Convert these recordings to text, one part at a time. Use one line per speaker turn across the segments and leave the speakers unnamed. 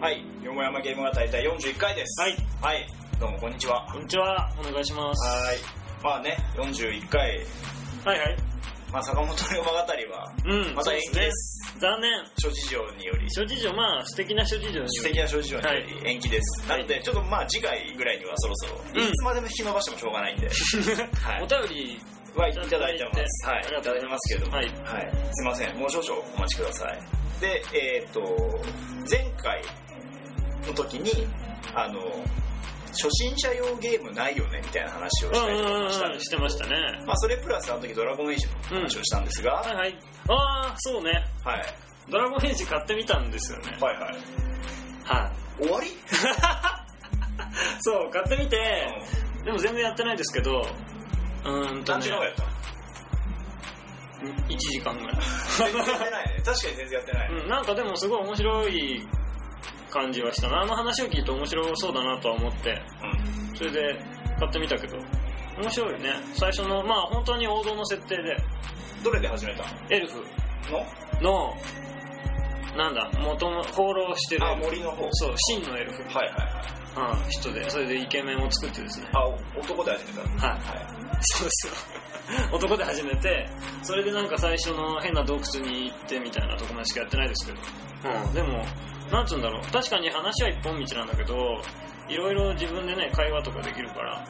はい、よもやまゲームが大体41回です。
はい。
はい、どうもこんにちは。は
こんにちは。お願いします。
い。まあね、41回、
はいはい。
まあ、坂本龍馬語りは、
うん、
また
そう
延期で。
ですすね。残念。
諸事情により、
諸事情、まあ、素敵な諸事情により。
私的な諸事情により延期です。
はい
なので、ちょっとまあ次回ぐらいにはそろそろ、
うん
いつまでも引き延ばしてもしょうが ないんで、はい
お便り、
はい、いただいてます。はい、
あ
い
りがと
ただいて
うござい
ま
ますす
けども、
はい
すいません、もう少々お待ちください。で、えーっと、前回の時に、あの、初心者用ゲームないよねみたいな話を
う
し
ん
たりと
うん
かした
う
ん
んうん、
で
し
す
てましたね。
まあ、それプラスあの時ドラゴンエイジの話をしたんですが、
はいはい。ああ、そうね。
はい、
ドラゴンエイジ買ってみたんですよね。
はいはい。
はい。
終わり、
そう、買ってみて、でも全然やってないですけど、うーんと
何
ね
時間、ぐらいやった
1時間ぐらい。
全然やってないね。確かに全然やってないね。
うん、なんかでもすごい面白い感じはしたな。あの話を聞いて面白そうだなとは思って、それで買ってみたけど、面白いね。最初の、まあ本当に王道の設定で、
うん。どれで始めた
エルフ
の
の、なんだ、元の放浪してるエ
あ、
ルフ、
森の方。
そう、真のエルフ、
はいはいはい。
うん、人で、それでイケメンを作ってですね。
あ、男で始めた。は
はい。
い。
そうそう。 男で始めて、それでなんか最初の変な洞窟に行ってみたいなとこまでしかやってないですけど。うん。でも、なんつうんだろう。確かに話は一本道なんだけど、いろいろ自分でね、会話とかできるから、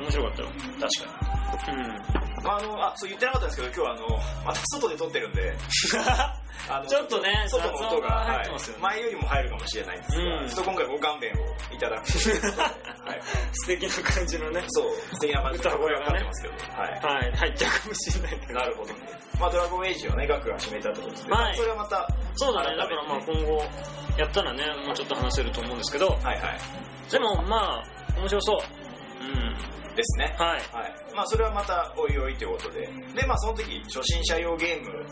面白かったよ。
確かに。
う
あの、あ、そう言ってなかったんですけど、今日あの、また外で撮ってるん で、あの
ちょっとね
外の音
雑音
が、
が入
は
ってますよ
い、
ね
前よりも入るかもしれないんですが、
うん
ちょっと今回ご勘弁をいただくということで、はい、
ん。素敵な感じのね。
そう、素敵な感じで
歌声がね
かかってますけど、はい。
はい。入っちゃうかもしれないけど。
なるほど。まあ、ドラゴンエイジをね、ガクが始めたってことで、
はい
それはまた、は
そうだね。だからまあ今後、やったらね、もうちょっと話せると思うんですけど、
いは
でもまあ、面白そう。うん。
い、ですね。
はい。
はい。まあ、それはまたおいおいということで、で、まあ、その時、初心者用ゲーム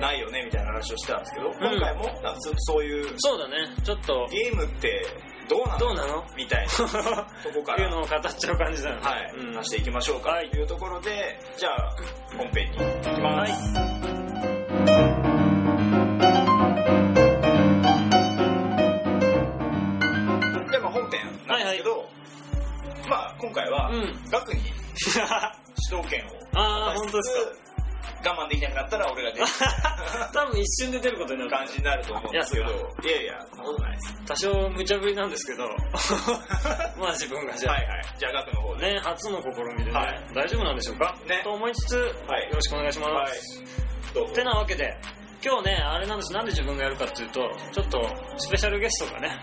ないよね、みたいな話をしたんですけど、今回も、なんかそそういう、
そうだね。ちょっと、
ゲームってどうな
ど
の
うなの
みたいなとこか
っていう
ら
のを語っちゃう感じだよね。
はい、
うん
話していきましょうか
はい
というところで、じゃあ本編に行きます、でまあ本編なんですけど、まあ今回は
うん。
額に主導権を渡
あー
し
本当で
つつ我慢できなくなったら俺が 出る
多分一瞬で出ることになる
感じになると思うんですけど
い
い
や
やいやそんなことないです
多少無茶ぶりなんです けど、まあ自分がじゃあ、
はいはいじゃあ額の方で、
ね、初の試みでね、
はい
大丈夫なんでしょうか、
ね
と思いつつ、
はい
よろしくお願いします。
はいどうぞ
てなわけで、今日ね、あれなんです、なんで自分がやるかっていうと、ちょっとスペシャルゲストがね、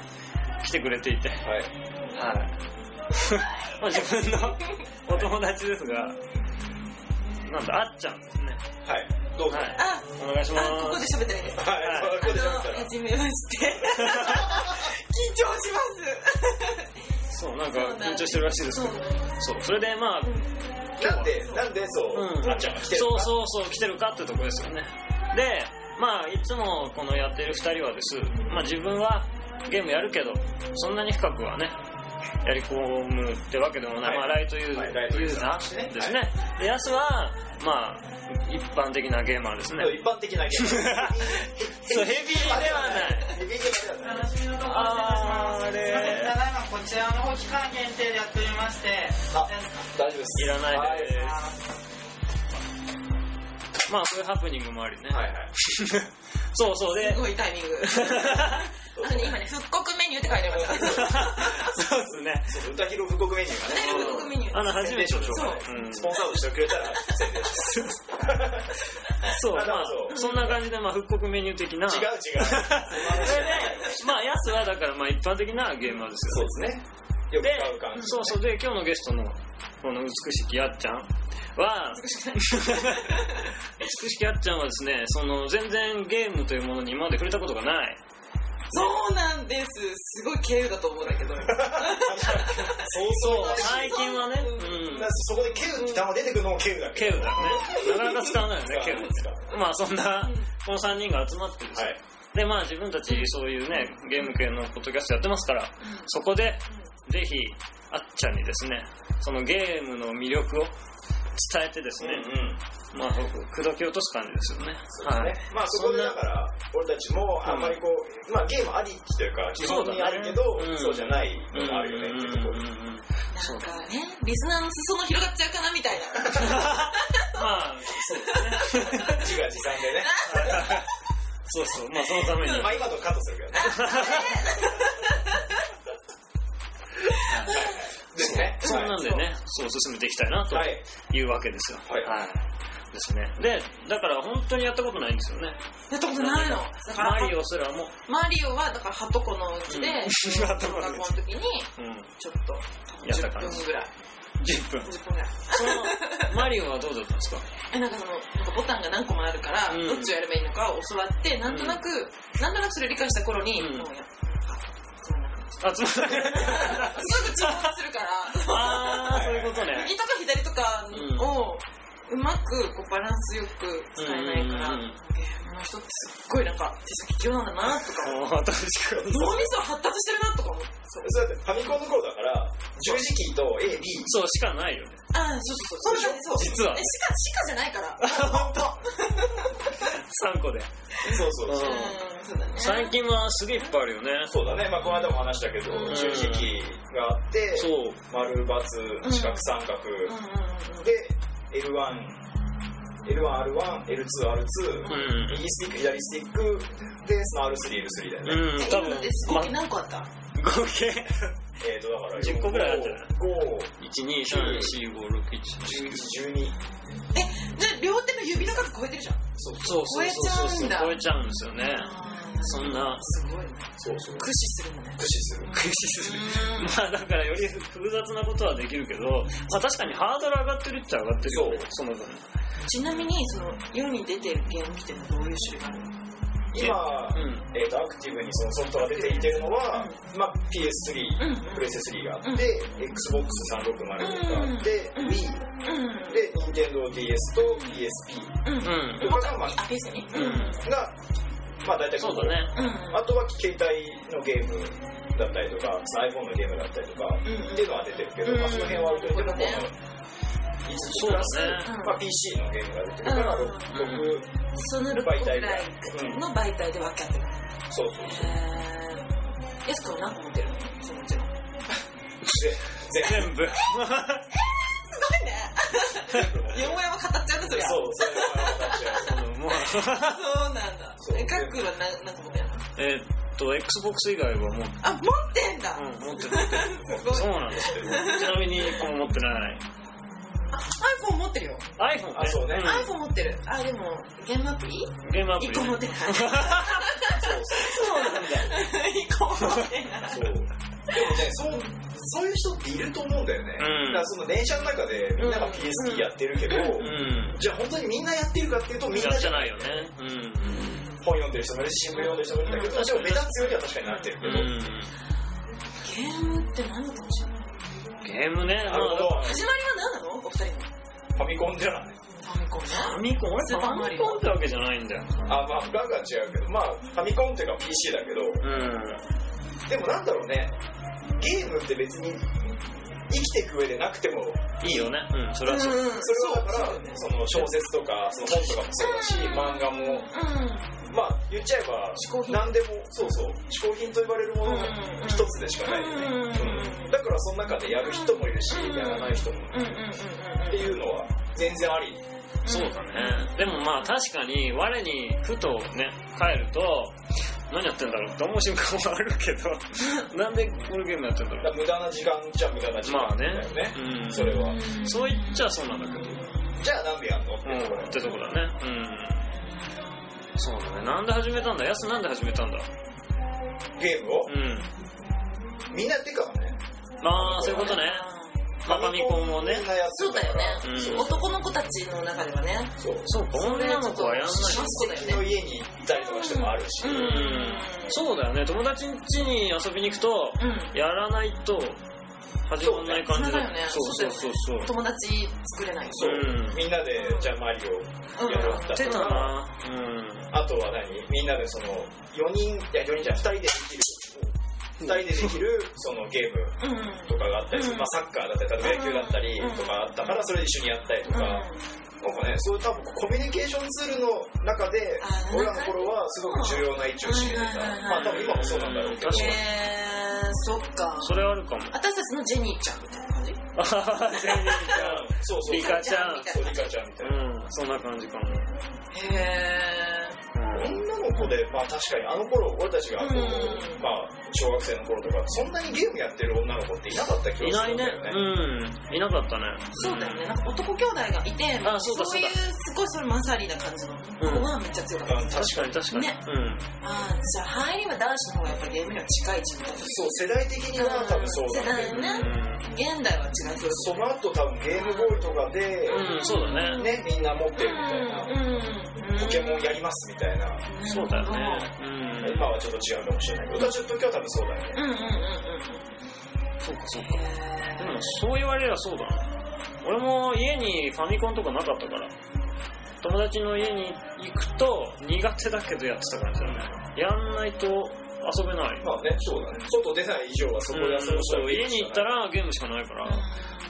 来てくれていて、 はい。
はい
まあ自分のお友達ですが、なんだ、あっちゃんですね。
はいどうぞ、
はい。
あ、
お願いしま
あ
す。
ここで喋ってないです。あ
はい、ここで喋った
の、
ら
はじめまして。緊張し
そう、なんか緊張してるらしいで
ま
す
す。そう
けど。そう、それでまあ、
なんで、なんでそう、
うん
あっちゃんが来てる
そ
の
う
か
そうそう、来てるかってとこですよね。で、まあ、いつもこのやってる二人はです、まあ自分はゲームやるけど、そんなに深くはね、やり込むってわけでもな
は
い、
い
まあライトユーザ
は
ー
いライト
ユ
ユ
ー
ーザー
ザ
としてね
ーですね。で、ヤスは、まあ、一般的なゲーマーですね。
一般的なゲ ーム。
そう、ヘビーではない。
ヘビーゲームではない。
私のところ
あー
失礼いたします。すいません、た
れ、
だいまこちらの方期間限定でやっておりまして、
あ
何ですか
大丈夫です。
いらないで
は
まあそういうハプニングもありね。
いはいはい。
そうそう、で、
すごいタイミング。あのね、今ね、復刻メニューって書いてありました。
そうですね。
そうそう、歌広復刻メニューがね。
復刻メニュー。
あの、初
宣
め
伝書
て
を紹
そうう
介。
ん
スポンサードしてくれたら宣伝し
そう、ま
あ
あ
そ、う
そんな感じで、まあ、復刻メニュー的な。
ます。違う違う。
それで、まあ、ヤスはだから、まあ、一般的なゲーマーです
そ
よ。
うですね。よく
で
買う感、じ。
そうそう、で、今日のゲストの、この美しきやっちゃん は、美しきやっちゃんはですね、その、全然ゲームというものに今まで触れたことがない。
そうなんです。すごい経由だと思うんだけど。
そうそう。
最近はね、うん、
そこでケウって単語出てくるのもケウだけ
ケウだね。なかなか使わないよ
ど。
ね、ケウ。
ですか。
まあ、そんな
うん、
この3人が集まってですね
はい。
でまあ自分たちそういうねゲーム系のポッドキャストやってますからそこでぜひあっちゃんにですねそのゲームの魅力を伝えてですね、
うん
まあ口説き落とす感じですよね
そう
は
で
い
すねまあそこでだから俺たちもあんまりこう、まあ、ゲームありきというか基本にあるけど
そうだねうん
そうじゃないのがあるよねっていうところ
うんうんうんうんそう
なんかね、リスナーの裾野広がっちゃうかなみたいな。
まあそうですね
自画自賛でね
そうそうまあそのために
まあ今のとカットするけどねですね
そんなんでね、そう進めていきたいなと
はいはい
いうわけですよ。
はい
ですね。で、だから本当にやったことないんですよね。
やったことないの。だから
マリオすらも。
マリオはだからハトコのうちで、
うん
小学校の時に
うん。
ちょっと
やった
10
感じ
分ぐらい
10分。
10分ぐらい
その、マリオはどうだったんですか
えなんかそのなんかボタンが何個もあるから、
うん
どっちをやればいいのかを教わってなんとなく、なんとなくそれを理解した頃に、
うん
もうやっそんな感じ
あ、つ まり。
すぐ沈黙する から
あー、そういうことね。
右とか左とかをうまくこうバランスよく使えないから、
うんうんうん
ゲームの人ってすっごいなんか手先器用なんだなとか
もう確かに。
脳みそ発達してるなとか思って
そうだってファミコンの頃だから十字キーと AB
そうしかないよね。
ああそうそうそうそうそう
実は
えしかしかじゃないから
本当3個で。
そうそうそう
うん
うんそうだね
最近はすげえいっぱいあるよね。
そうだねまあこの間も話したけど
うん
十字キーがあって
そう。
丸×四角三角
うんうんうんうん
で L1L1R1L2R2 右スティック左スティックでスマール 3L3 だよね、えーとだから
うん。うん、多分、ま、合計。10個ぐらいあったよね1 2 3 4 5 6 7 8 9 10 11 12 13 14 15 16 17 18 19 20 21 22 23 24 25 26 27 28 29 30 31 32 33 34 35 36 37 38 39 40 41 42 43 44 45 46 47 48 49 50 51 52 53 54 55 56 57 58 59 60 61 62 63 64 65 66 67 68 69 70 71 72 73 74 75 76 77 78 79 80 81 82 83 84 85 86 87 88 89 90 91 92 93 94 95 96 97 98 99 100 101 102 103 104 105 106 107 108 109 110 111 112 113 114 115 116 117 118 119 120 121 122 123 124 125 126 127 128 129 130 131 132 133 134 135 136 137 138 139 140 141 142 143 144 145 146 147 148 149 150 151 152 153 154 155 156 157 158 159 160 161
え合計何個あったえてるじゃん。
そう
そうそうそうそう
超えちゃうんだ
超えちゃうんですよねそんな
すごいね。
そうそう
駆使するのね。
駆使する
駆使する
うん
まあだからより複雑なことはできるけど、まあ、確かにハードル上がってるっちゃ上がってるよねその分
ちなみに、その、世に出てるゲーム機ってどういう種類があるの
今、
うん
えー、とアクティブにそのソフトが出ていてるのは、まあ、PS3、
うん
プレステ3があって、XBOX360 とかあって、
うん
Wii
うん
で NintendoDS と PSP
うん。
うん
とかが、まあ
あ、ペースにう。
うんん
がまあ、大体
そうだね
うん。
あとは携帯のゲームだったりとか iPhone のゲームだったりとか
うん
っていうのは出てるけど、
うん
まあ、その辺は割とでもこ
ね
の5つ
そう
プ
だ
ラス、
ね
うん
まあ、PC のゲームが出てるから
うん
6
う
その6個
媒体
ぐ
で
らいの媒体で分け合ってる。
そうそうそう
えー、やすくん何個持ってるのそのうちの。
全部
全部
ね。よもやは語っちゃうんですよ。
そう それは私は
もう
そうなんだ
そう。
え、かっくんは何何個持ってるの
えーっと XBOX 以外はもう
あ、持ってんだ、
うん、持ってる持ってる。
すご い
そうなんですよ。ちなみに、この持ってない。
iPhone 持ってるよ。
iPhone ね。
あそうね
iPhone 持ってる。あ、でも、ゲームアプリ
うんゲームアプリ。
一個持ってない。
そう
そうなんだ。一個持ってない。
そうそうでもねそうそういう人っていると思うんだよね、
うん
だからその電車の中でみんなが PSP やってるけど、
うん。
じゃあ本当にみんなやってるかっていうとみん
や
な
っ
じ
て
ゃな
ないいよね。うん。
本読んでる人もいるし新聞読んでる人もいるんだけど、
うん
でも目立つよりは確かになってるけ
う
ど、
ん。
ゲームって何の楽しみ
ゲームね、
なるほど
まあ
始まりは何なのお二人の。
ファミコンじゃない
ファミコンね。
ファミコン、俺
スーパー
フ
マ
ァ
リ
ミ
オ
コンってわけじゃないんだよ。
あまあフラグは違うけどまあファミコンっていうか PC だけど
うん。
でもなんだろうねゲームって別に生きていく上でなくても
いいよね。うん、それはそう。
ん、
それはだからその小説とかその本とかもそうだし漫画も
うん。
まあ言っちゃえば
嗜好品
何でもそうそう嗜好品と言われるものの
うん
一つでしかないよね、
うん
うんだからその中でやる人もいるし
うん
やらない人も
うんうんうん
っていうのは全然あり
そうだね。でもまあ確かに、我にふとね、帰ると、何やってんだろうって思う瞬間もあるけど、 なんでこのゲームやってんだ
だ
ろ
か
う。
ら無駄な時間じゃ無駄な時間
まあね
だよね、
うん。
それは
そう言っちゃそうなんだけど。
じゃあなんでやんのっていうところ
うん、ってとこだね。うん。そうだね。なんで始めたんだやすなんで始めたんだ
ゲームを
うん。
みんなやってるからね
まあ、そういうことね。まあファミコンをね
みん。なやって
そう
るか
だよね
ら、
うん
男の子たちの中ではね。
そう
そうか、女の子はやんない。
そうだよ
親戚の
ね。
家に行ったりとかしてもあるし、
うん。そうだよね。友達ん家に遊びに行くと、
うん。
やらないと、始まんない感じ
そ
だ
うだよね
そうそうそうそう
友達作れない。
そう、
うん
みんなでじゃあマリオやろうってなっ
やって
た
た
ら
なうん
あとは何みんなでその4人いや4人じゃない2人でできる2人でできるそのゲーム
うん。うん。
とかがあったりする、
うん
まあ、サッカーだったり例えば野球だったりとかあったからそれ一緒にやったりとか、
あ
なんかね、そういう多分コミュニケーションツールの中で
あー
俺らの頃はすごく重要な位置を占めてた
はいはいはいはい
まあ多分今もそうなんだろうけど
確かに
えー、そっか。
それあるかも
私たちのジェニーちゃんみたいな感じ
あはは全然違
そうそう
リカちゃん
そうリカちゃんみたいうな、
うんそんな感じかも
へえ。
うん
女の子でまあ確かにあの頃俺たちがこう、
うん
まあ小学生の頃とかそんなにゲームやってる女の子っていなかった気
い
が
な
するん
いね
だよね
うんいなかったね
そうだよね。なんか男兄弟がいて、
あそうだそう
い
だ
う、すごいそれマンサリーな感じの子はめっちゃ強かった。
うん確かに
確かに確かに
ね
うん
ああ、じゃあ入りは男子の方がやっぱりゲームには近い時代。
そう世代的には多分そうだけど、
世代ね現代は違いそう
その後多分ゲームボーイとかで、
うんうんそうだね
ねみんな持ってるみたいな、
うんうん
ポケモンやりますみたいな、
そうだよね
今はちょっと違うかもしれないけど私の時は多分そうだよね
うんうんうんうん
うんそうかそうかで
へ
もそう言われりゃそうだな俺も家にファミコンとかなかったから友達の家に行くと苦手だけどやってた感じだねやんないと遊べない
まあね、そうだね。外出ない以上はそこで遊ぶしか
うんそう家に行った
ら、
らゲームしかないから、
ー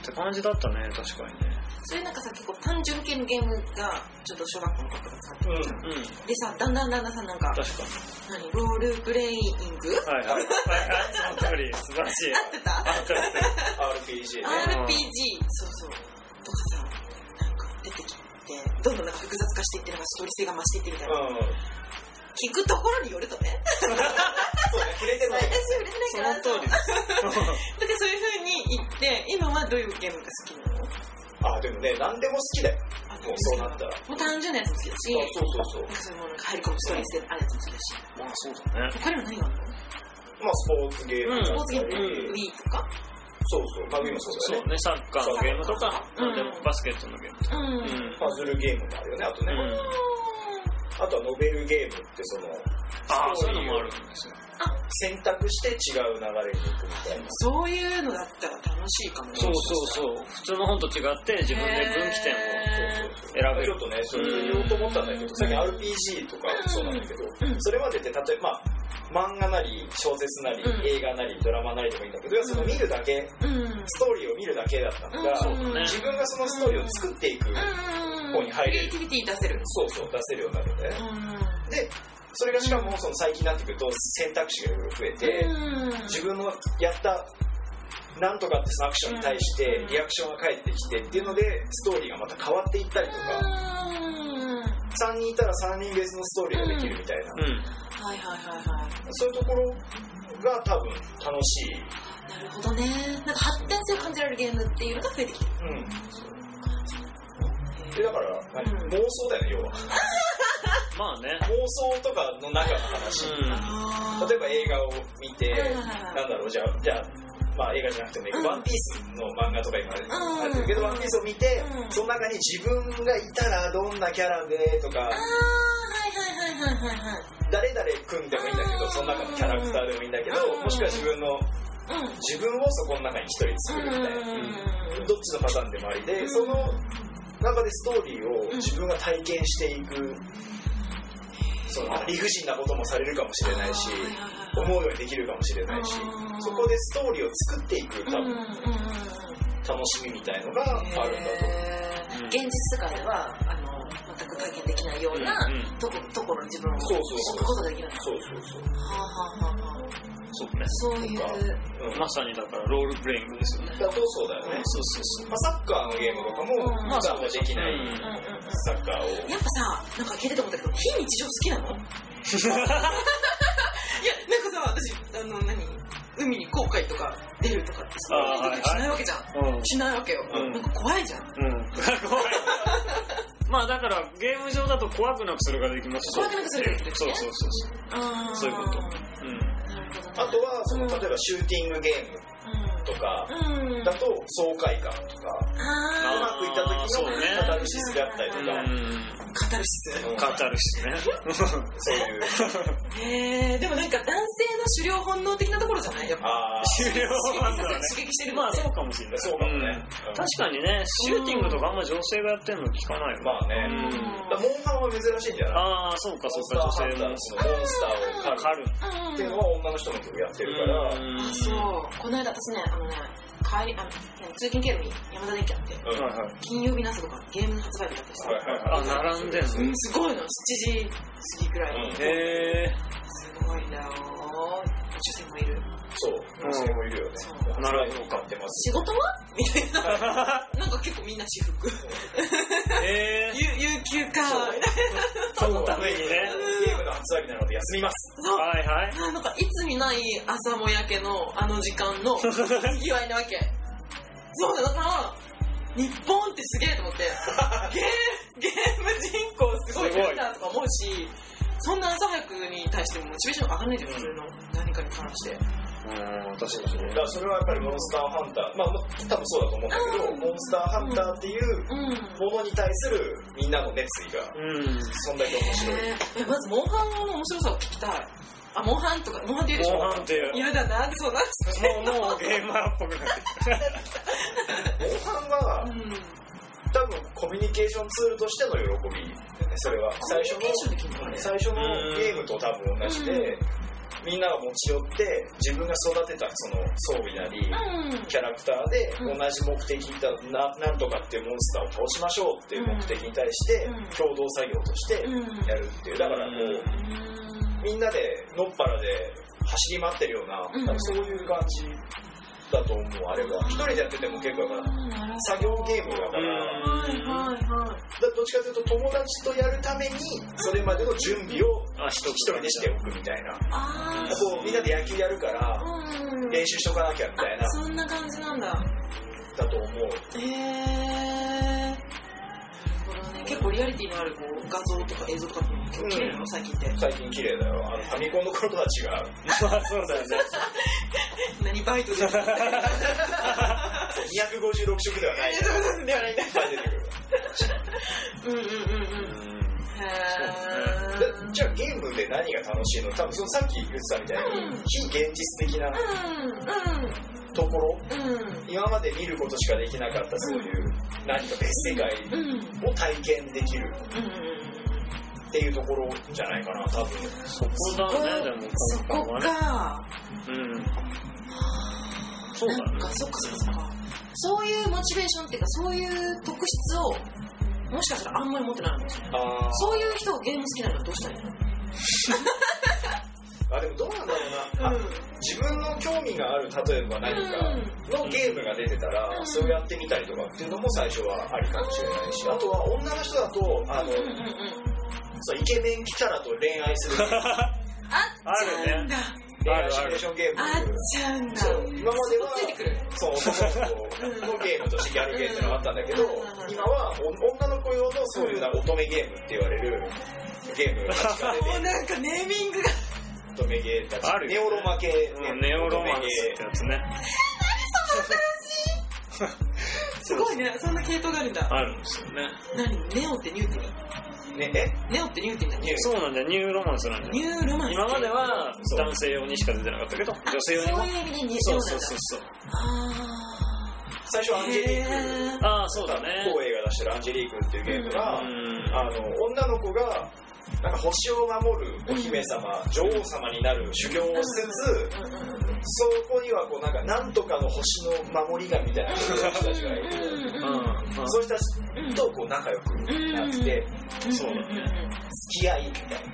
って感じだったね確かにね
それなんかさ結構単純系のゲームがちょっと小学校の頃とか使ってるじゃ
う
ん、
うん
でさだんだんだんだんさなんか
確か
何ロールプレイング
にはいはいはいはいその通り素晴らしい
合ってた
あったあった
RPG ね。
ん
RPG そうそうとかさなんか出てきてどんどんなんか複雑化していってなんかストーリー性が増していってみたいな、
うん。
聞くところによるとね
そうね、触れて
私
ない。
その
売れないから
通りです
だからそういう風に言って今はどういうゲームが好きなの
あ、でもね、何でも好きだよ。
あ
もうそうなったら。あ、
もう単純なやつも好きだし
そうそうそう。
なんかそういうものが入り込むストーリー性あるやつも好きだし
まあそうだね
他にも何がある
ま
の
あ、スポーツゲームだ
うん
っ
大
た
月
り
の Wii とか
そうそう、まあ、今そう
そ
だ
う
よね。
ねサッカーのゲームとか、
うん
でもバスケットのゲームとか
うん
う
パズルゲームもあるよね、あとね。
ん、うん、
あとはノベルゲームって、その、
ああそういうのもあるんですよ
選択して違う流れに行くみたいな。
そういうのだったら楽しいかもね
そうそうそう普通の本と違って自分で分岐点を
へ
そうそう
選べ
ち
る
ょっとね、それ言おうと思ったんだけど、さっき RPG とかそうなんだけど、
うん
それまでって例えば、まあ、漫画なり、小説なり、
うん
映画なり、ドラマなりでもいいんだけど、要はその見るだけ、
ーうんうんうん
ストーリーを見るだけだったのが、
そうだね
自分がそのストーリーを作っていく、
うん
ここに入れる
クリエイティビティ出せる
そうそう出せるようになるんだよね。
う
で、それがしかもその最近になってくると選択肢がいろいろ増えて、
ん
自分のやった、なんとかってそのアクションに対してリアクションが返ってきてっていうのでストーリーがまた変わっていったりとか
うん
3人いたら3人別のストーリーができるみたいな、
うん
はいはいはいは
そういうところが多分楽しい、
いなるほどねなんか発展性を感じられるゲームっていうのが増えてきてる
うん、でだから、何
うん
妄想だよね要は
まあね
妄想とかの中の話、
う
あ
例えば映画を見て、
はいはいはい
なんだろうじゃあじゃあまあ映画じゃなくてもいいけど、
うん
ワンピースの漫画とか今
ん
あるけど、ワンピースを見て、
うん
その中に自分がいたらどんなキャラでとか
あーはいはいはいはいはいはい、
誰々組んでもいいんだけ
う
ど、
ん
その中のキャラクターでもいいんだけど、
うん
もしくは自分の、
うん
自分をそこの中に一人作るみたいな。
うん
どっちのパターンでもありで、その中でストーリーを自分が体験していく、その理不尽なこともされるかもしれないし、
あー
思うようにできるかもしれないし
あ、ー
そこでストーリーを作っていく多
うんうん
分楽しみみたいのがあるんだ
へ
う
ー
ん
現実世界ではあの全く体験できないような、
うんうん
とこところに自分を
そうそう
置くことができるの
と。そうそうそう。
はあはあはあはあ
そうね
そういう
とかうん、ま
まさにだからロールプレイングですよね
だとそうだよね。
そうそう
まあ、サッカーのゲームとかも
うん、
普段はできない
うん
うんうんうん
サッカーを。
やっぱさなんか聞いてて思ったけど非日常好き なのいやなんかさ私あの何海に後悔とか出るとかってさ
あーはいはい
しないわけじゃん
そううん
しないわけよ、
うん
なんか怖いじゃん
うん怖いまあだからゲーム上だと怖くなくそれができます
怖くなくそれができる
そうそうそうそう
あー
そういうことうん
なるほどね
あとは、その、
うん
例えばシューティングゲームとか、
うんうん
だと爽快感とか、う
あ
まくいった時
そうね
のカタルシスであったりと
う
か、
ん
ーカタルシス
うん
語るしね
そういう。
へえでもなんか男性の狩猟本能的なところじゃないやっぱ
ああ
終了なんだろうね
刺激してる
ま
の
あ
って
そうかもしれない
そうかもね
ん確かにねシューティングとかあんま女性がやってるの聞かないよ、
まあね
う、ん
だからモンハンは珍しいんじゃない
ああそうかそう
モ
か
ンスター
女性
ハン
も
ターのモンスターを
狩
狩
る
るっていうのは女の人の曲やってるから、うん
うん
あそうこの間私ねあのね帰りあのね通勤経路に山田電機あって
はいはい
金曜日の朝とかゲームの発売日だったりして、
あ並んでんの
うん、すごいの7時過ぎくらい
う
に、
ん
へえ
すごいんだよ女性もいる
そう、女性もいるよね。
んなるほど
買ってます。
仕事はみたいななんか結構みんな私服
え
有有給か
そのためにね
ゲームの発売日なので休みます。
そう
はいはい
あなんかいつにない朝もやけのあの時間のにぎわいなわけそうだだから日本ってすげえと思ってゲーゲーム人口すごい
すごい
増えたとか思うしそんな朝早くに対してもモチベーション上がらないじゃん普通の何かに関して
うん確か
だからそれはやっぱりモンスターハンター、まあ多分そうだと思うんだけど、モンスターハンターっていう
うん
ものに対するみんなの熱意が、
うん
そんだけ面白い。
えまずモンハンの面白さを聞きたいあモンハンとかモンハンって言うでし
モン
ょ
ハンっていう
嫌だなってそうなっ
もうもうゲーマーっぽくなってきた
モンハンは
うん
多分コミュニケーションツールとしての喜びだよね、それは。最初
コミュニケーションで
の、
きるのあれ
最初のゲームと多分同じで、みんなが持ち寄って自分が育てたその装備なり、
うん
キャラクターで同
うん
じ目的だ、ななんとかっていうモンスターを倒しましょうっていう目的に対して、
うん
共同作業として
うん
やるっていうだからこう
うん
みんなでのっぱらで走り回ってるような、
うん
多分そういう感じだと思うあれは一人でやってても結構だから
なるほど
作業ゲームだからだ
はい
うん
はいはい
どっちかというと友達とやるためにそれまでの準備を
あ一
一人でしておくみたいな
あ
こうみんなで野球やるから
ーうん
練習しとかなきゃみたいな
あそんな感じなんだ
だと思う
へえこれね結構リアリティのあるこう画像とか映像とかも結構綺麗なの最近って
最近綺麗だよあのファミコンの頃とは違う
まあそうだよね
何バイトですか
256色ではない
ではないんだ
いっぱい出てくる
うんうんうんうんへー
でじゃあゲームで何が楽しいの多分そのさっき言ってたみたいに、
うん
非現実的な
う
ところ
んうんうん
今まで見ることしかできなかったそういう何か別世界
うんうん
を体験できる
うん
っていうところじゃないかな多分
そこだねでも
そ
今
こ
回はね
か
うんそうだ
なん
ね
かそっかそっかそっかそういうモチベーションっていうかそういう特質をもしかしたらあんまり持ってないのかもしれない
あ
そういう人がゲーム好きならどうしたらいいの
ーあでもどうなんだろうな、あ自分の興味がある例えば何かのゲームが出てたら、
うん
それをやってみたりとかっていうのも最初はありかもしれないしあとは女の人だとあの、
うんうんうん
そうイケメンキャラと恋愛する
あっちゃんだ
恋愛シミュレーションゲーム
あっちゃんだ
そう今までは
ついてくる
そう男の子のゲームとしてギャルゲームってのがあったんだけど、
うん
今はお女の子用のそういうな乙女ゲームって言われるゲームが確か
もう
出て
なんかネーミングが
乙女ゲーたち、
あるよね
ネオロマ系、
うんネオロマンスってやつね
すごいねそんな系統があるんだ
あるんですよね
何ネオってニュー
乙女
ティン
ゲーね
ネオってニューティンだ
ニュー
そうなんだよニューロマンスなんだよ
ニューロマンス
今までは
そう
男性用にしか出てなかったけど
あ
女性用にも
そういう意味でニュー
そ
ロ
う
マン
そう
ス
そうそう
あ
え最初
あ
アンジェリーク
ああそうだね
光栄が出してるアンジェリークっていうゲーム
う
が、
ん
あの女の子がなんか星を守るお姫様、女王様になる修行をしつつ、
うんうん
そこにはこうなんかなんとかの星の守り神みたいな人たちがいて、
う
うんん
うん
そういう人たちとこう仲良くなって、付
うん
そうだね
き合いみたいな、
付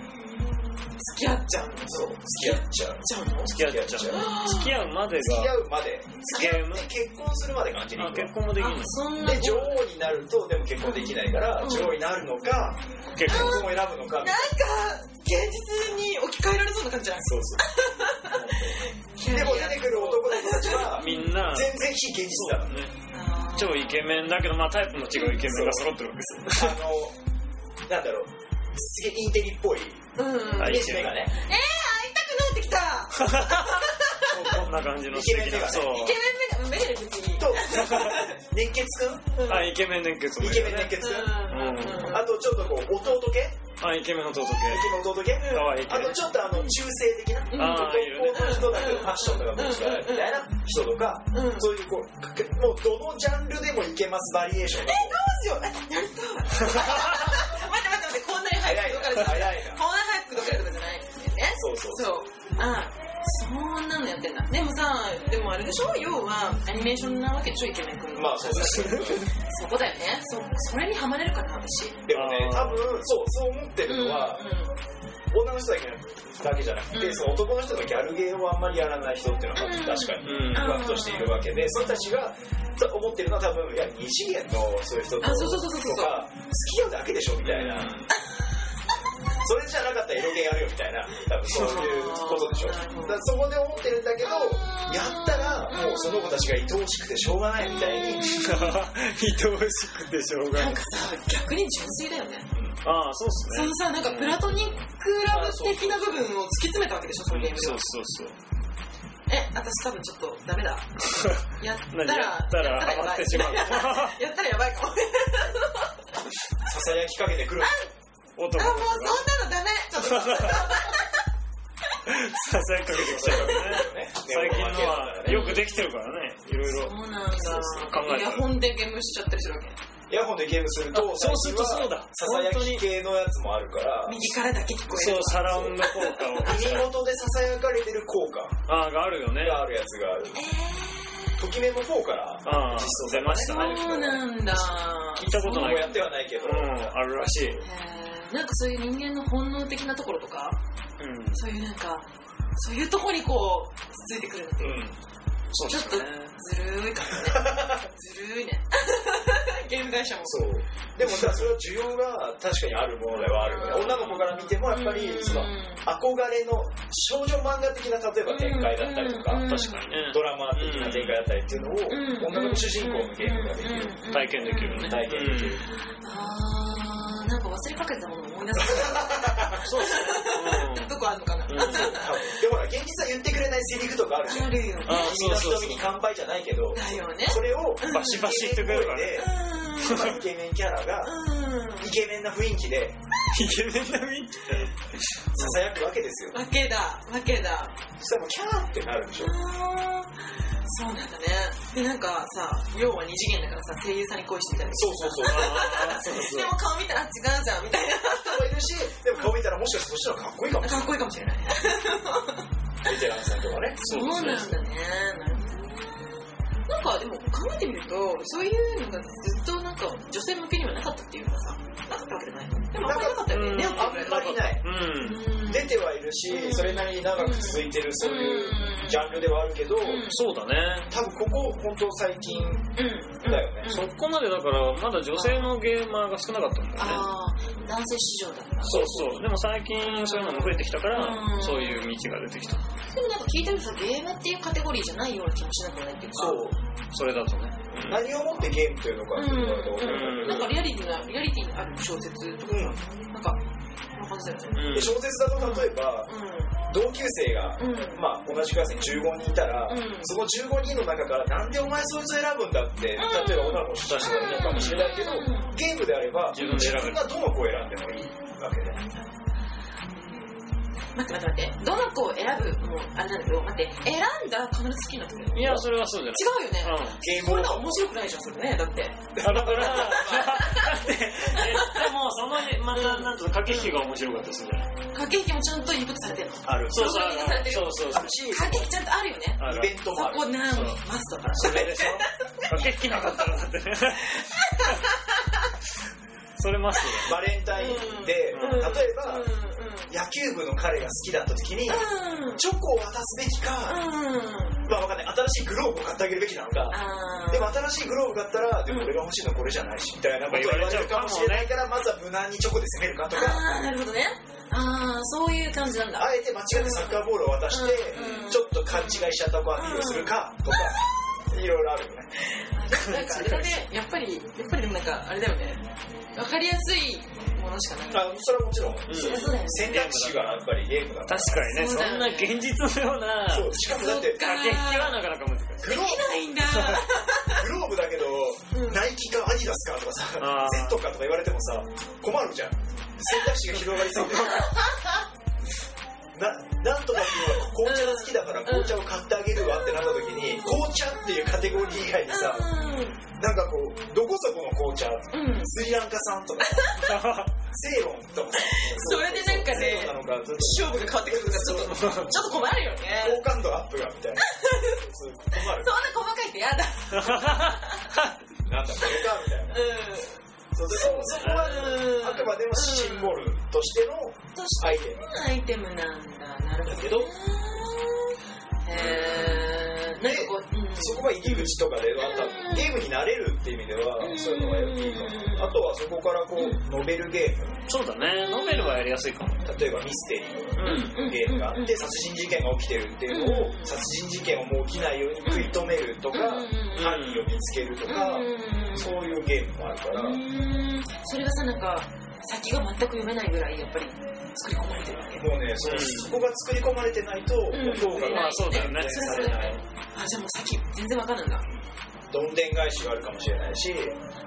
き合っちゃう
そう付き合っちゃう
ちゃうの
付き合っちゃう付き合うまで
付き
が
合うまで
ゲーム
で結婚するまで感じに
あ結婚もできる
あそんな
で女王になるとでも結婚できないから、
うん
女王になるのか
結
結
婚
婚を選ぶのかみたいな
なんか現実に置き換えられそうな感じじゃない
そう そうでも出てくる男の子たちは
みんな
全然非現実だ
ね超イケメンだけどまあタイプの違うイケメンが揃ってるわけですよ
あのなんだろうすげえインテリっぽい
うんうん
はい
イケメンがね
痛くなってきた
こんな感じの素敵なそう
イケメン目が目が別に
と熱血くん
あイケメン年結も
イケメン熱血くん
うん
あとちょっとこう弟系
あイケメンの弟系
駅の弟系
可愛い系
あとちょっとあの中性的な
うん
ああいるね
男の人だけどファッションとかどうしたらみたいな人とか
うん。どう
そういうこうかけもうどのジャンルでもいけますバリエーションが
しよう。え、やり たい。待って待って待って、こんなに早
早
く
い
ど
な
かれて
早いな
こんなに早くどかれてとかじゃない。え
そうそう
そう。あそんなのやってんだ。でもさ、でもあれでしょ要は、アニメーションなわけでしょイケメン君
まあそうですね
そこだよね。そ、それにハマれるかな、私。
でもね
あ
多
ー
分そうそう思ってるのは
うんうん
女の人だけだけじゃなくて、
うん
その男の人のギャルゲーをあんまりやらない人っていうのは
うん
確かに
うん
ファクとしているわけで、その人たちがそう思ってるのは多分いや異次元のそういう人と
あそうそうそうそうそう
とか付き合うだけでしょみたいな、それじゃなかったら色気やるよみたいな多分そういうことでしょ
あ
だ
ーなるほど
からそこで思ってるんだけどやったらもうその子たちが愛おしくてしょうがないみたいに、
愛おしくてしょうが
な
なんい
かさ、逆に純粋だよね。
ああそうっす
そ
ね
のさ、なんかプラトニックラブ的な部分を突き詰めたわけでしょ、そのゲームで
そ
は
う。そうそう
え、私多分ちょっとダメだ。やった
何
ら、
やったら
や
ハマってしまう
やったらやばいかも。
ささやきかけてくる
男
あ、
の
もう
子が
そんなのダメちょっと。
ささやかけてきちゃうからね
ね
最近のはよくできてるからねいろいろ
そうなんだ。
考えたら
イヤホンでゲームしちゃったりするわけ。
イヤホンでゲームすると
あそうするとそうだ
ささやき系のやつもあるから
右からだけ聞こえ
そう
る。
サラウンド効果を
耳元でささやかれてる効果
ああがあるよね
があるやつがある
え
ときめも4から
ああ
実装
出まし
ー、
た
ね
そうなんだ。
聞いたこと
僕
な
も
い
やってはないけど、
うんあるらしい
えーなんかそういう人間の本能的なところとか、
うん
そういうなんか、そういうとこにこう、つついてくるのっていう
うん
そう
ちょっとずるいかもね。ずるいね。 ゲーム会社も。
そうでもさそれは需要が確かにあるものではあるよね女の子から見てもやっぱりその憧れの少女漫画的な例えば展開だったりとか、
うん
確かにね
ドラマ的な展開だったりっていうのを、女の子主人公のゲームができる、
体験できるね
体験できる、
あー、なんか忘れかけてたもの思い出す。
そうですね
どこあるのかな。
うんうん
多分 でもほら現実は言ってくれないセリフとかあるじゃ
あ
ん
るよね。
あそ
君
う
の
そうそう
瞳に乾杯じゃないけど
だよね。
それを
バシバシ言ってくれるからね
で
う
まあイケメンキャラが
ん。うん。
イケメンな雰囲気で
イケメンな雰囲気
ささやくわけですよ
わけだ、わけだ。
そしたらもうキャーってなるでしょ
あーそうなんだね。で、なんかさ、要は二次元だからさ、声優さんに恋してみたり
そうそうそう
ああそうそう
でも顔見たらあ違うじゃん、みたい
人もいるしでも顔見たらもしかしてそしたらかっこいいかも
な。
しれ
かっこいいかもしれない。
ないベテランさんとかね
そうですね
だね。なるほどねなんかでも考えてみると、そういうのがずっとなんか女性向けにはなかったっていうのがさ、なかったわけじゃない。でもあんまりなかったよね。
うん
出会って
あんまりな
くれ
い
うん
うん
出てはいるしそれなりに長く続いてるそういうジャンルではあるけど
うん
そうだね
多分ここ本当最近
うん。
だよね
そこまでだからまだ女性のゲーマーが少なかったんだよね
ああ、男性市場だから。
そうそうでも最近そういうのも増えてきたから、
うん
そういう道が出てきた
でもなんか聞いてるとさ、ゲームっていうカテゴリーじゃないような気もしなくもないっていうか。
そう
それだとね、うん
何をもってゲームというのかっていうのがどうか
うん
なんかリアリティな、リアリティのある小説とかさ、なんか、こんな感じだよね。
うん
で小説だと例えば同級生が
うん。うん。
まあ、同じクラスに15人いたら、
うん
その15人の中からなんでお前そいつ選ぶんだって、例えば女の子を出してたのかもしれないけど、
うん
ゲームであれば
自分で選べる
がどの子を選んでもいいわけで、
待って待って待って。どの子を選ぶもあれなんだけど、待って、選んだら必ず好きになってくる。
いやそれはそうじゃない
違うよね。
ゲー
こ
ム
れ
を
は面白くないじゃん、それね。だって。
あだから、だって、えでも、その、また、なんとか駆け引きが面白かったですね。
駆け引きもちゃんとインプットされてるの。
ある
そうそう、あ
されて
の
る
そうそうそう。
し
駆け引きちゃんとあるよね。
あ
イ
の
ベント
そ
もある
こな
そ
の
う
に、マストから。
それでしょ駆け引きなかったらだってね。 それマス
バレンタインで、
うん
例えば、
うん
野球部の彼が好きだった時に、
うん。
チョコを渡すべきか、
うん。うん。
まあわかんない新しいグローブを買ってあげるべきなのか
あー
でも新しいグローブ買ったら、でも俺が欲しいのこれじゃないし、みたいなことを言われちゃうかもしれないから、まずは無難にチョコで攻めるかとか、
あー、なるほどね。あー、そういう感じなんだ。
あえて間違ってサッカーボールを渡して、
うんうん
ちょっと勘違いしちゃった子アピールをするかとか、いろいろあるよね。
なんかあれだね、やっぱり、やっぱりでもなんか、あれだよね。わかりやすいものしかない。
あそれはもちろん、
そりゃそうだよね。
選択肢がやっぱりゲームだ
ト。
から。
確かにね、
そうだ
そ
よ
ん
ね
な現実のような、
そう、しかもだって、
そっか
駆け引きはなかなか難しい。
グロ
できないんだ。
グローブだけど、
うん
ナイキかアディダスかとかさ
あ、ー
Z かとか言われてもさ、困るじゃん。選択肢が広がりす ぎてななんとか君は紅茶が好きだから紅茶を買ってあげるわってなった時に紅茶っていうカテゴリー以外にさなんかこうどこそこの紅茶
うんうん
スリランカ産とかセイロンとか
それでなんかね
セイロンなのかちょっと
勝負が変わってくるからちょっとちょっと困るよね
好感度アップがみたいなそう困る
そんな細かいってやだ
なんだこれかみたいな
う
そうでそそこは
んうん
あくまでもシンボルとしての
として
アイテム
アイテムなんだなるほど
だけど
へえなんかこう、うん、
そこが入り口とかでは多分ゲームになれるっていう意味ではそういうのがよくいいかもあとはそこからこうノベルゲーム
そうだねノベルはやりやすいかも
例えばミステリー
う
うんんうんうんうん
のゲームがあって殺人事件が起きてるっていうのを
うん
殺人事件をもう起きないように食い止めるとか
うんうんうん
犯人を見つけるとか
うん
そういうゲームもあるから
うーんそれがさなんか先が全く読めないぐらいやっぱり作り込まれてるわけ
もうねその
うん
そこが作り込まれてないと
ん
評価
ま
が
あそうだよね
全然されない
あじゃあもう先全然わかんないんだ
どんでん返しがあるかもしれないし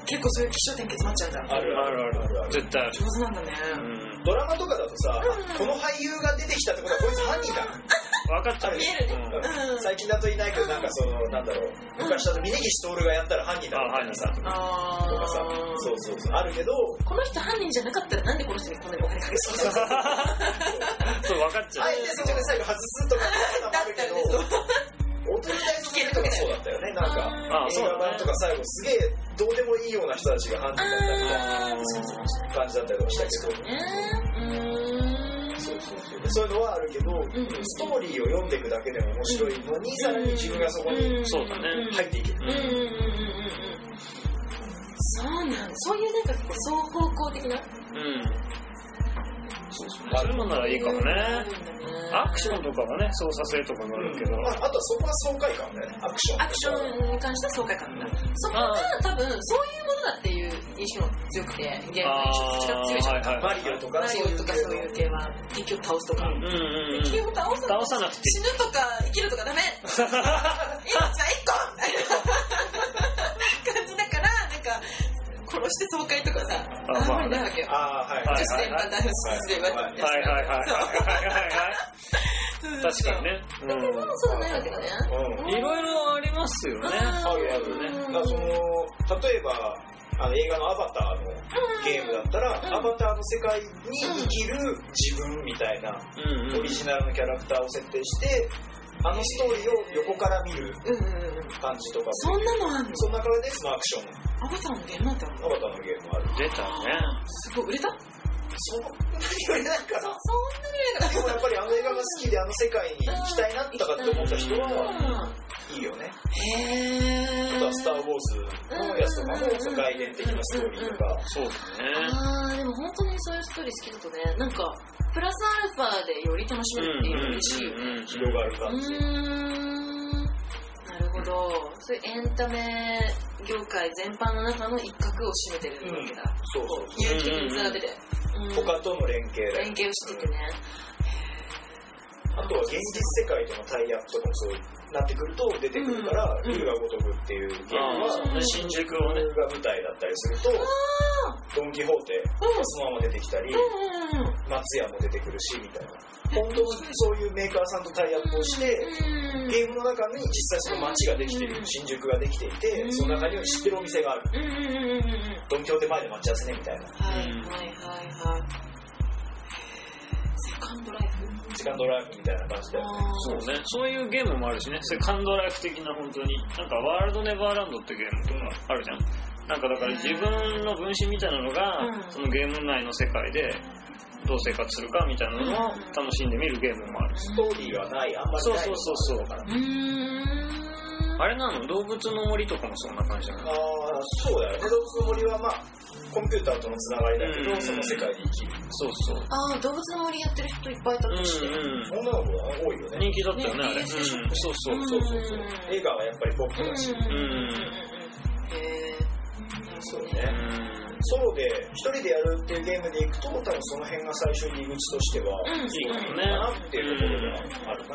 結構そういう気象点結まっちゃうんだ
あるあるあるあるある
絶対ある
上手なんだね
うん
ドラマとかだとさ、
うん
この俳優が出てきたってことはこいつ犯人だな
分かっちゃう
見
えるね
うん
うん
最近だといないけどなんかそのなんだろう昔だと峯岸徹がやったら犯人だみたいな さ
あ
と
あ
かさそうそうそうあるけど
この人犯人じゃなかったらなんでこの人にこんなにお金かけ
そうそうそう
そう分かっちゃ
あ
う
えてそこで最後外すとかあるけど
だっ
大人大好きとかそうだったよねなんか
あ
映
そう
画
だ
版
ね
とか最後すげえどうでもいいような人たちが犯人だったみたい
あーそうそう
な感じだったりとかしたけどそうそうそう
ね
そういうのはあるけど、
ん
ストーリーを読んでいくだけでも面白いのに、さらに自分がそこに
ん
そうだね
入っていける
うんうんうんうんうんうんそうなんそういうなんかこう双方向的な
うんそういうのならいいかもねアクションとかはね操作性とかもあるけど、
まあ、あとはそこは爽快感だよねアクション
アクションに関しては爽快感だそこが多分そういうものだっていう意識も強くてゲームの意識が強いじゃん
あー
マ
はいはい
リオとか
マリ
そうい
オ
う
とか
系
そう
の
いう系は敵を倒すとか
うんうんうん
敵を倒すとか
倒さなくて
死ぬとか生きるとか ダメ命は1個 みたいな感じだからなんか殺して爽快とかさ
あ
あ
ま
んまりない
あ
わけよ
ああはい
は
女
い
子連番男子連番
はい
はいはいはいはいはいはい
そうそう
確
そう
かにね、
だけどそうじゃないわけだね
うん
いろいろありますよね
あるある
ね
だからその例えばあの映画の「アバター」のゲームだったら、
うん
アバターの世界に生きる自分みたいな
うんうん
オリジナルのキャラクターを設定してあのストーリーを横から見る
うんうんうんうん
感じとか
そんなのあんの
その中でそのアクション
アバターのゲームなんてあん
ア
の
バターのゲームもある
出たね
すごい売れた
そんなに売れないか
そ
ら
そんなに売れなか
でもやっぱりあの映画が好きであの世界に行きたいなとかって思った人は
った
いいよね
へ
あとは「スター・ウォーズ」のやつとかも世界限的なストーリーとか
そうだね
あーでも本当にそういうストーリー好きだとねなんかプラスアルファでより楽しめるっていうのが嬉しいよね
うんうんうん
広がる
う
感じ
ーんなるほどそういうエンタメ業界全般の中の一角を占めてるわけだ、
そうそうそう
有機的につながってて、うん
他との連携だ
連
よ
携をしててね
あとは現実世界とのタイアップとかもそうなってくると出てくるから「
うん
龍が如く」っていうゲーム
あ
は
ー新宿をね
龍が舞台だったりするとドン・キホーテがそのまま出てきたり
うんうんうん
松屋も出てくるしみたいな本当にそういうメーカーさんとタイアップをして
うん
ゲームの中に実際その街ができている、
うん
新宿ができていて、
うん
その中には知ってるお店がある、
うんうんうんうんうん
ドン・キホーテ前で待ち合わせねみたいな、
はいはいはいはい。セカンドライフ
セカンドライフみたいな感じで、
そうねそういうゲームもあるしねセカンドライフ的な本当になんかワールドネバーランドってゲームとかあるじゃんなんかだから自分の分身みたいなのが、
うん
そのゲーム内の世界でどう生活するかみたいなのを楽しんでみるゲームもある
ストーリーがない、あんまり
そう
ない
そうそうそう
うーん。
あれなの動物の森とかもそんな感じだ
あ
な
あそうだよね動物の森はまあコンピューターとのつながりだけど、
うん
その世界に生きる
そうそう
あー動物の森やってる人いっぱいいたとして。
うんうん
女の子が多いよね
人気だったよねあれ、
ね
うん、そうそう
うん
そうそうそう映画はやっぱりポップだし、
うんうんうんうん
うん
へー
そう
う
ね
ん
ソロで一人でやるっていうゲームでいくと多分その辺が最初入り口としては
うん
いいのかなっていうところがあるな、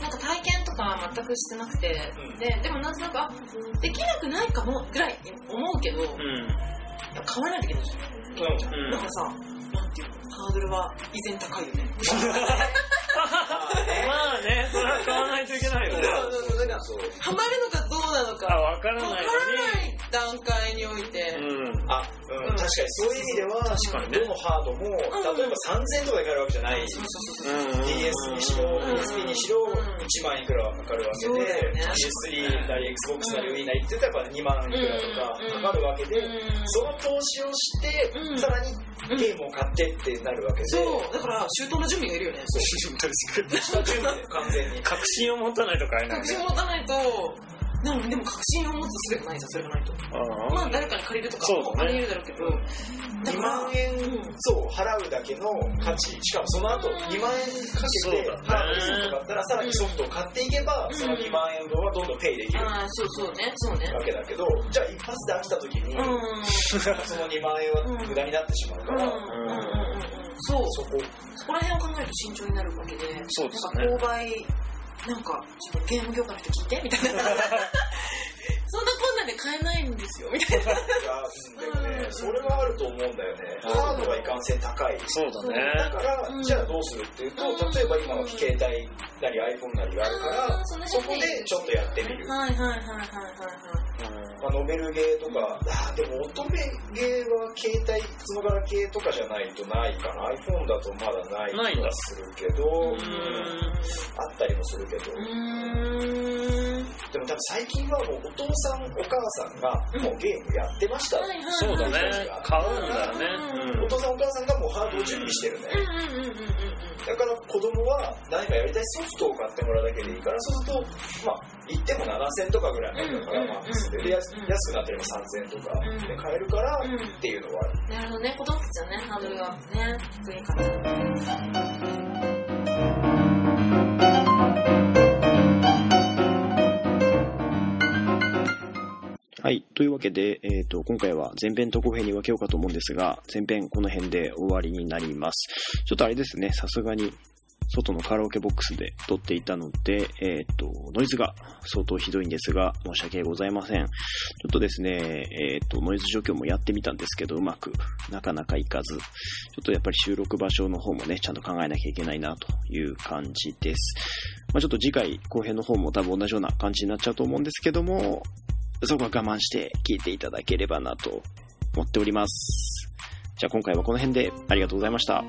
なんか体験とか全くしてなくて、
うん
ででもなんとなくあできなくないかもぐらいって思うけど、
うん
買わないといけないじゃん、
うん
だからさなんていうのハードルは依然高いよね
まあね、それは買わないといけないよね。
そう
ハマるのかどうなのか
あ、
わ
わから
か
ない
らない段階において、
のに。うん。
あ、うん、確かにそういう意味では
確かにね
どのハードも、例えば3000とかで買えるわけじゃない、
そうそうそうそう、
DS にしろ、
うん
PSP にしろ、1
うん
万いくらはかかるわけ
そう
で、
だよね
PS3 なり XBOX なり Wii なりって言ったらやっぱ2万いくらとかかかるわけで、
うん
その投資をして、
うん
さらにゲームを買ってってなるわけで、
そうだから周到な準備がいるよね
確かに。
下準備で完全に。
確信を持たないと買えない
確
ね。
信を持たないとでもでも確信を持つ術がないじゃんそれがないと
うん
まあ誰かに借りるとか
そうだね
あり得るだろうけどだ
2
か
万
ら
円、そう、払うだけの価値、しかもその後2万円か
そう
けて、
だね
払うソフトだったら、さらにソフトを買っていけば、
うん
その2万円分はどんどんペイできる
ああそうそうねそうね
わけだけど、じゃあ一発で飽きた時に、
うんうんうん
その2万円は無駄になってしまうか
うんう
ら、
んうんそう
そこ、
そこら辺を考えると慎重になるわけで
そうですね
なんか購買なんかちょっとゲーム業界の人聞いてみた いなそんなこんなんで買えないんですよみたいない
や、うんでもね
う、ん
それはあると思うんだよね。
うん
ハードはいかんせん高い。
そうだね。
だから、
うん
じゃあどうするっていうと、
うん
例えば今の携帯なり iPhone なりがあるから、
そんな
そこでちょっとやってみる。
はいはいはいはいはい
うん
まあ、ノベルゲーとか、あーでも乙女ゲーは携帯つながら系とかじゃないとないかな。iPhone だとまだない
ないん
気
だ
がするけど、あ
ん
ったりもするけど、
はいうん
でも多分最近はもうお父さん、お母さんがもうゲームやってました。
はいはいはい
そうだね。買うんだね。
お父さんお母さんがもうハードを準備してるね。
うんうんうんうんうん
だから子供は何かやりたいソフトを買ってもらうだけでいいから、そうすると、まあ、言っても7000とかぐらいになるから、
うん
まあ
うん、
それで安安くなってれば3000とかで買えるから
うん
っていうのはある。
なるほどね、子供たちはね、ハードルがね、低いから。
はい。というわけで、えっ、と、今回は前編と後編に分けようかと思うんですが、前編この辺で終わりになります。ちょっとあれですね、さすがに、外のカラオケボックスで撮っていたので、えっ、と、ノイズが相当ひどいんですが、申し訳ございません。ちょっとですね、えっ、と、ノイズ除去もやってみたんですけど、うまくなかなかいかず、ちょっとやっぱり収録場所の方もね、ちゃんと考えなきゃいけないなという感じです。まあ、ちょっと次回後編の方も多分同じような感じになっちゃうと思うんですけども、そこは我慢して聞いていただければなと思っております。じゃあ今回はこの辺でありがとうございました。